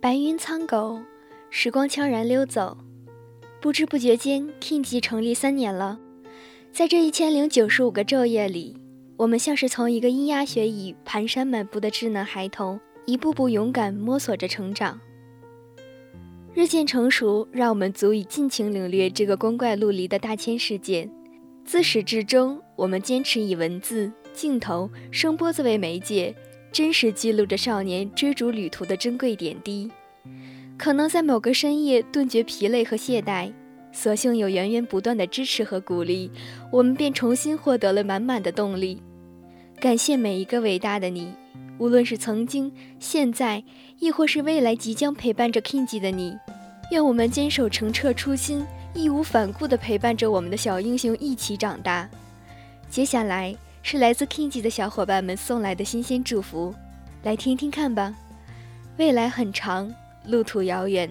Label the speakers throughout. Speaker 1: 白云苍狗，时光悄然溜走，不知不觉间，Kingy 成立三年了。在这一千零九十五个昼夜里，我们像是从一个咿呀学语、蹒跚满步的稚嫩孩童，一步步勇敢摸索着成长。日渐成熟，让我们足以尽情领略这个光怪陆离的大千世界。自始至终，我们坚持以文字、镜头、声波作为媒介。真实记录着少年追逐旅途的珍贵点滴，可能在某个深夜顿觉疲累和懈怠，所幸有源源不断的支持和鼓励，我们便重新获得了满满的动力。感谢每一个伟大的你，无论是曾经、现在，亦或是未来即将陪伴着 Kingy 的你。愿我们坚守澄澈初心，义无反顾地陪伴着我们的小英雄一起长大。接下来。是来自 Kingy 的小伙伴们送来的新鲜祝福，来听听看吧。未来很长，路途遥远，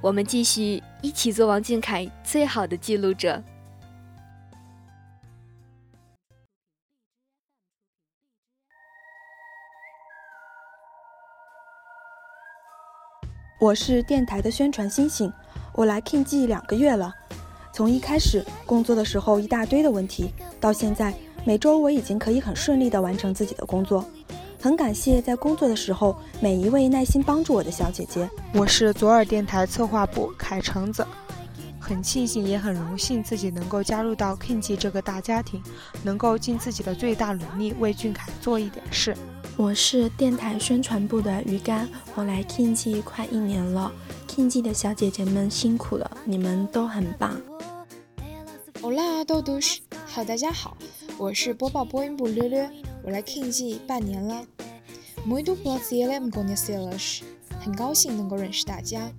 Speaker 1: 我们继续一起做王俊凯最好的记录者。
Speaker 2: 我是电台的宣传星星，我来 Kingy 两个月了，从一开始工作的时候一大堆的问题，到现在。每周我已经可以很顺利地完成自己的工作，很感谢在工作的时候每一位耐心帮助我的小姐姐。
Speaker 3: 我是左耳电台策划部凯橙子，很庆幸也很荣幸自己能够加入到 Kingy 这个大家庭，能够尽自己的最大努力为俊凯做一点事。
Speaker 4: 我是电台宣传部的鱼竿，我来 Kingy 快一年了，Kingy 的小姐姐们辛苦了，你们都很棒。
Speaker 5: Hola todos，好，大家好，我是播报播音部溜溜，我来 Kingy 半年了。Muito prazer em conhecê-los，很高兴能够认识大家，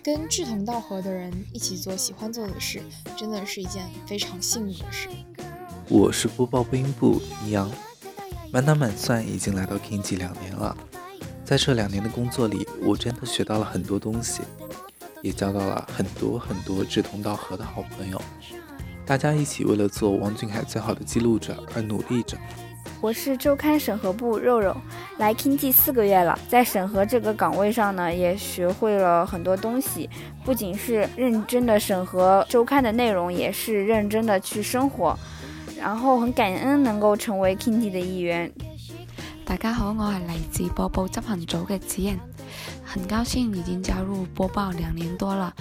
Speaker 5: 跟志同道合的人一起做喜欢做的事，真的是一件非常幸运的事。
Speaker 6: 我是播报播音部尼昂，满打满算已经来到 Kingy 两年了，在这两年的工作里，我真的学到了很多东西，也交到了很多很多志同道合的好朋友。大家一起为了做王俊凯最好的记录者而努力着。
Speaker 7: 我是周刊审核部肉肉，来 Kingy 四个月了，在审核这个岗位上呢，也学会了很多东西，不仅是认真的审核周刊的内容，也是认真的去生活。然后很感恩能够成为 Kingy 的一员。
Speaker 8: 大家好，我係嚟自播報執行組嘅子人，很高興已經加入播報兩年多了，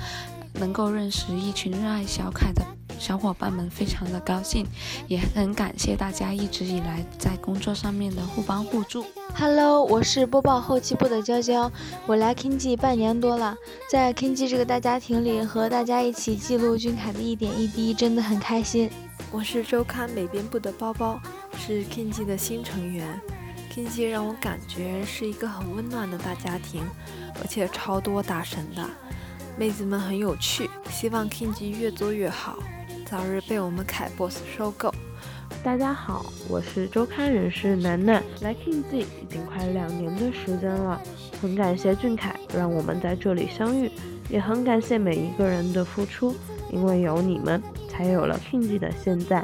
Speaker 8: 能夠認識一群熱愛小凯的。小伙伴们非常的高兴，也很感谢大家一直以来在工作上面的互帮互助。
Speaker 9: Hello，我是播报后期部的娇娇，我来 Kingy 半年多了，在 Kingy 这个大家庭里和大家一起记录俊凯的一点一滴，真的很开心。
Speaker 10: 我是周刊美编部的包包，是 Kingy 的新成员。Kingy 让我感觉是一个很温暖的大家庭，而且超多大神的，妹子们很有趣，希望 Kingy 越做越好。早日被我们凯 boss 收购。
Speaker 11: 大家好，我是周刊人士楠楠，来 Kingy 已经快两年的时间了，很感谢俊凯让我们在这里相遇，也很感谢每一个人的付出，因为有你们，才有了 Kingy 的现在。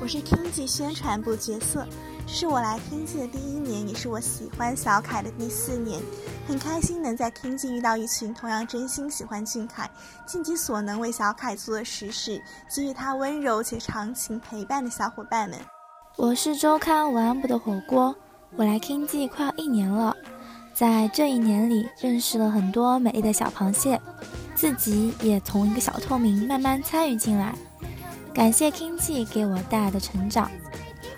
Speaker 12: 我是 Kingy 宣传部角色，这是我来 Kingy 的第一年，也是我喜欢小凯的第四年，很开心能在 Kingy 遇到一群同样真心喜欢俊凯、尽己所能为小凯做的实事，给予他温柔且长情陪伴的小伙伴们。
Speaker 13: 我是周刊文案部的火锅，我来 Kingy 快要一年了，在这一年里认识了很多美丽的小螃蟹，自己也从一个小透明慢慢参与进来。感谢 Kingy 给我带来的成长。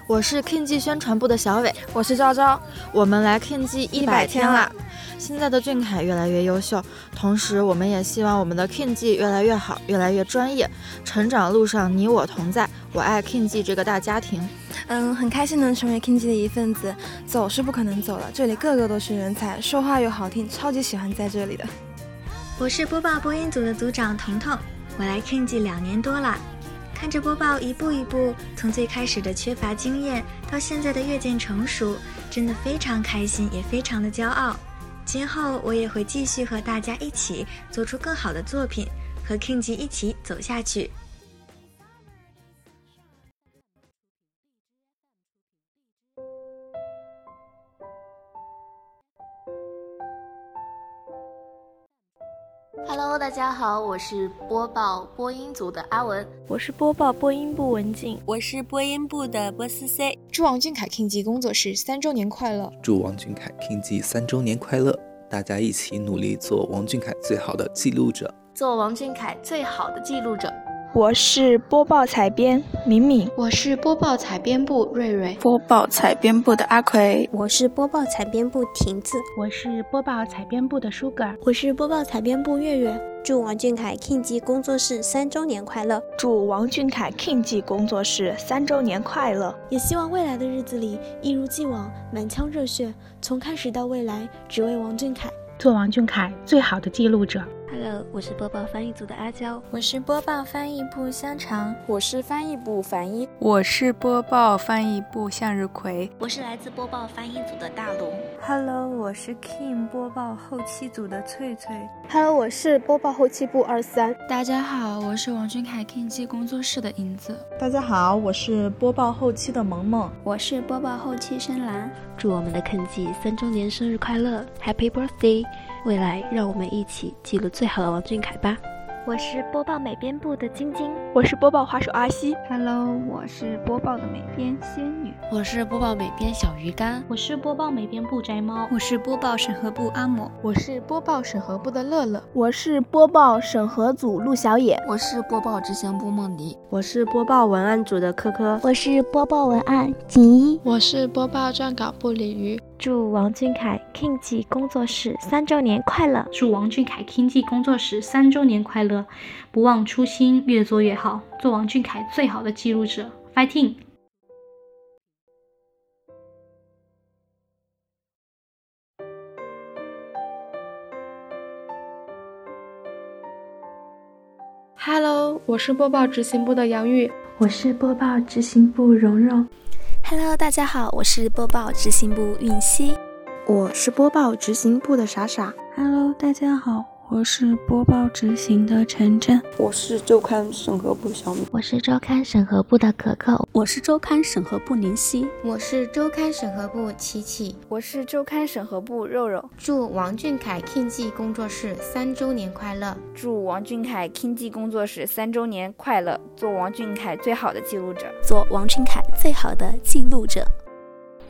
Speaker 14: 我是 Kingy 宣传部的小伟，我是昭昭。我们来 Kingy 一百天啦！现在的俊凯越来越优秀，同时我们也希望我们的 Kingy 越来越好，越来越专业。成长路上你我同在，我爱 Kingy 这个大家庭。
Speaker 15: 嗯，很开心能成为 Kingy 的一份子，走是不可能走了，这里个个都是人才，说话又好听，超级喜欢在这里的。
Speaker 16: 我是播报播音组的组长彤彤，我来 Kingy 两年多了。看着播报一步一步从最开始的缺乏经验，到现在的越见成熟，真的非常开心，也非常的骄傲。今后我也会继续和大家一起做出更好的作品，和 Kingy 一起走下去。
Speaker 17: Hello，大家好，我是播报播音组的阿文，
Speaker 18: 我是播报播音部文静，
Speaker 19: 我是播音部的波思 C。
Speaker 20: 祝王俊凯 King 记工作室三周年快乐！
Speaker 6: 祝王俊凯 King 记三周年快乐！大家一起努力做王俊凯最好的记录者，
Speaker 17: 做王俊凯最好的记录者。
Speaker 21: 我是播报采编敏敏，
Speaker 22: 我是播报采编部瑞瑞，
Speaker 23: 播报采编部的阿奎，
Speaker 24: 我是播报采编部婷子，
Speaker 25: 我是播报采编部的舒格尔，
Speaker 26: 我是播报采编部月月。
Speaker 27: 祝王俊凯 King 记工作室三周年快乐！
Speaker 28: 祝王俊凯 King 记工作室三周年快乐！
Speaker 26: 也希望未来的日子里，一如既往，满腔热血，从开始到未来，只为王俊凯。
Speaker 25: 做王俊凯最好的记录者。
Speaker 9: Hello，我是播报翻译组的阿娇，
Speaker 2: 我是播报翻译部香肠，
Speaker 29: 我是翻译部樊一，
Speaker 30: 我是播报翻译部向日葵，
Speaker 31: 我是来自播报翻译组的大龙。
Speaker 32: Hello，我是 Kim 播报后期组的翠翠。
Speaker 33: Hello，我是播报后期部二三。
Speaker 34: 大家好，我是王俊凯 King 记工作室的银子。
Speaker 35: 大家好，我是播报后期的萌萌，
Speaker 36: 我是播报后期深蓝。
Speaker 9: 祝我们的 King 记三周年生日快乐，Happy Birthday！未来让我们一起记录最好的王俊凯吧。
Speaker 2: 我是播报美编部的晶晶，
Speaker 37: 我是播报画手阿西。
Speaker 38: Hello，我是播报的美编仙女，
Speaker 39: 我是播报美编小鱼干，
Speaker 40: 我是播报美编部宅猫，
Speaker 41: 我是播报审核部阿嬷，
Speaker 42: 我是播报审核部的乐乐，
Speaker 1: 我是播报审核组陆小野，
Speaker 43: 我是播报执行部梦迪，
Speaker 44: 我是播报文案组的科科，
Speaker 45: 我是播报文案锦衣，
Speaker 46: 我是播报撰稿部鲤鱼。
Speaker 2: 祝王俊凯 King 记工作室三周年快乐！
Speaker 7: 祝王俊凯 King 记工作室三周年快乐！不忘初心，越做越好，做王俊凯最好的记录者，fighting！
Speaker 47: Hello，我是播报执行部的杨玉，
Speaker 48: 我是播报执行部蓉蓉。
Speaker 49: Hello，大家好，我是播报执行部韵熙，
Speaker 50: 我是播报执行部的傻傻。
Speaker 51: Hello，大家好，我是播报执行的晨晨，
Speaker 52: 我是周刊审核部小米，
Speaker 2: 我是周刊审核部的可可，
Speaker 53: 我是周刊审核部林夕，
Speaker 54: 我是周刊审核部琪琪，
Speaker 55: 我是周刊审核部肉肉。
Speaker 2: 祝王俊凯 King 记工作室三周年快乐！
Speaker 55: 祝王俊凯 King 记工作室三周年快乐！做王俊凯最好的记录者，
Speaker 50: 做王俊凯最好的记录者。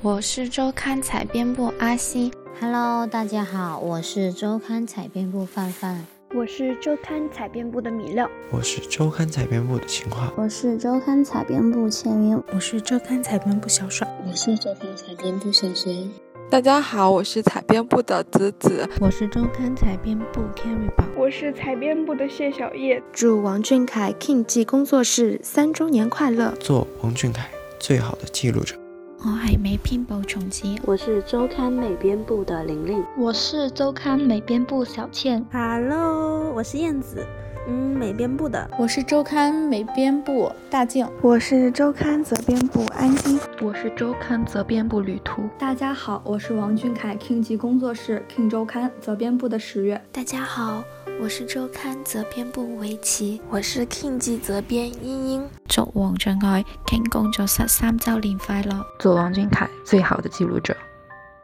Speaker 25: 我是周刊采编部阿西。
Speaker 56: Hello，大家好，我是周刊采编部范范，
Speaker 57: 我是周刊采编部的米料，
Speaker 58: 我是周刊采编部的情话，
Speaker 59: 我是周刊采编部千云，
Speaker 8: 我是周刊采编部小爽，
Speaker 60: 我是周刊采编部小璇。
Speaker 5: 大家好，我是采编部的子子，
Speaker 61: 我是周刊采编部 Carry 宝，
Speaker 62: 我是采编部的谢小叶。
Speaker 63: 祝王俊凯 King 记工作室三周年快乐！
Speaker 58: 做王俊凯最好的记录者。
Speaker 64: 我係美編部重子，
Speaker 65: 我是周刊美编部的玲玲，
Speaker 66: 我是周刊美编部小倩。
Speaker 67: Hello，我是燕子，嗯，美编部的。
Speaker 68: 我是周刊美编部大静，
Speaker 69: 我是周刊责编部安心，
Speaker 70: 我是周刊责编部旅途。
Speaker 3: 大家好，我是王俊凯 King 级工作室 King 周刊责编部的十月。
Speaker 50: 大家好。我是周刊责编部围棋，
Speaker 51: 我是 King 记责编英英。
Speaker 52: 祝王俊凯 King 工作室三周年快乐！
Speaker 9: 做王俊凯最好的记录者。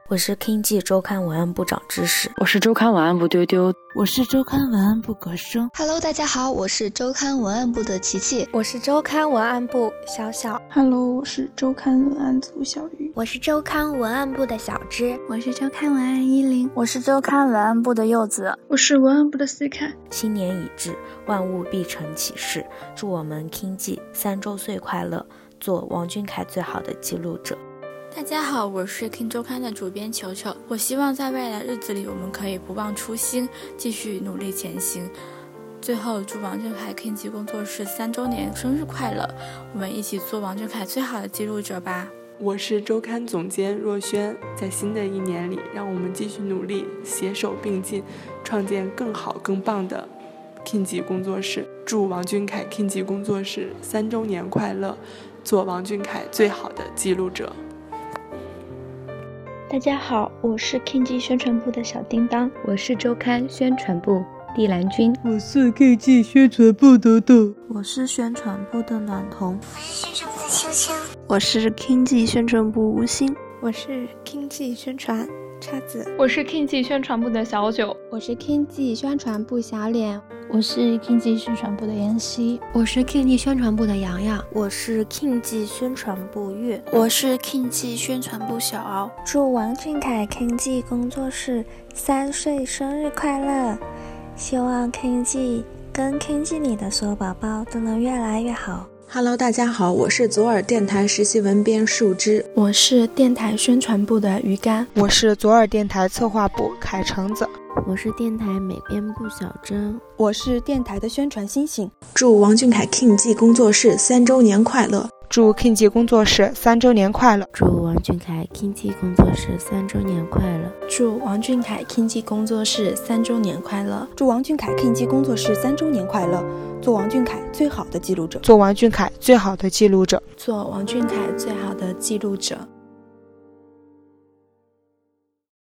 Speaker 2: 我是 King 记周刊文案部长知识，
Speaker 29: 我是周刊文案部丢丢，
Speaker 30: 我是周刊文案部葛生。
Speaker 31: Hello，大家好，我是周刊文案部的琪琪，
Speaker 60: 我是周刊文案部小小。
Speaker 5: Hello，我是周刊文案组小鱼，
Speaker 50: 我是周刊文案部的小芝，
Speaker 52: 我是周刊文案依林，
Speaker 53: 我是周刊文案部的柚子，
Speaker 57: 我是文案部的思凯。
Speaker 2: 新年已至，万物必成其事，祝我们 King 记三周岁快乐，做王俊凯最好的记录者。
Speaker 8: 大家好，我是 King 周刊的主编球球。我希望在未来日子里，我们可以不忘初心，继续努力前行。最后，祝王俊凯 King 级工作室三周年生日快乐！我们一起做王俊凯最好的记录者吧。
Speaker 5: 我是周刊总监若轩，在新的一年里，让我们继续努力，携手并进，创建更好更棒的 King 级工作室。祝王俊凯 King 级工作室三周年快乐！做王俊凯最好的记录者。
Speaker 60: 大家好，我是 King 记宣传部的小叮当，
Speaker 1: 我是周刊宣传部地兰君，
Speaker 3: 我是 King 记宣传部豆豆，
Speaker 71: 我是宣传部的暖童，
Speaker 72: 我是宣传部的秋秋，
Speaker 71: 我是 King 记宣传部吴昕，
Speaker 51: 我是 King 记宣传
Speaker 73: 叉子，
Speaker 74: 我是 King G 宣传部的小九，
Speaker 2: 我是 King G 宣传部小脸，
Speaker 75: 我是 King G 宣传部的妍希，
Speaker 76: 我是 King G 宣传部的洋洋，
Speaker 5: 我是 King G 宣传部月，
Speaker 77: 我是 King G 宣传部小敖。
Speaker 9: 祝王俊凯 King G 工作室三岁生日快乐！希望 King G 跟 King G 里的所有宝宝都能越来越好。 Hello，大家好，我是左耳电台实习文编树枝，
Speaker 78: 我是电台宣传部的鱼竿，
Speaker 3: 我是左耳电台策划部凯橙子，
Speaker 8: 我是电台美编部小珍，
Speaker 79: 我是电台的宣传星星。
Speaker 5: 祝王俊凯 King G 工作室三周年快乐！
Speaker 3: 祝 King G 工作室三周年快乐！
Speaker 8: 祝王俊凯 King G 工作室三周年快乐！
Speaker 2: 祝王俊凯 King G 工作室三周年快乐！
Speaker 75: 祝王俊凯 King G 工作室三周年快乐！做王俊凯最好的记录者，
Speaker 3: 做王俊凯最好的记录者，
Speaker 2: 做王俊凯最好的记录者。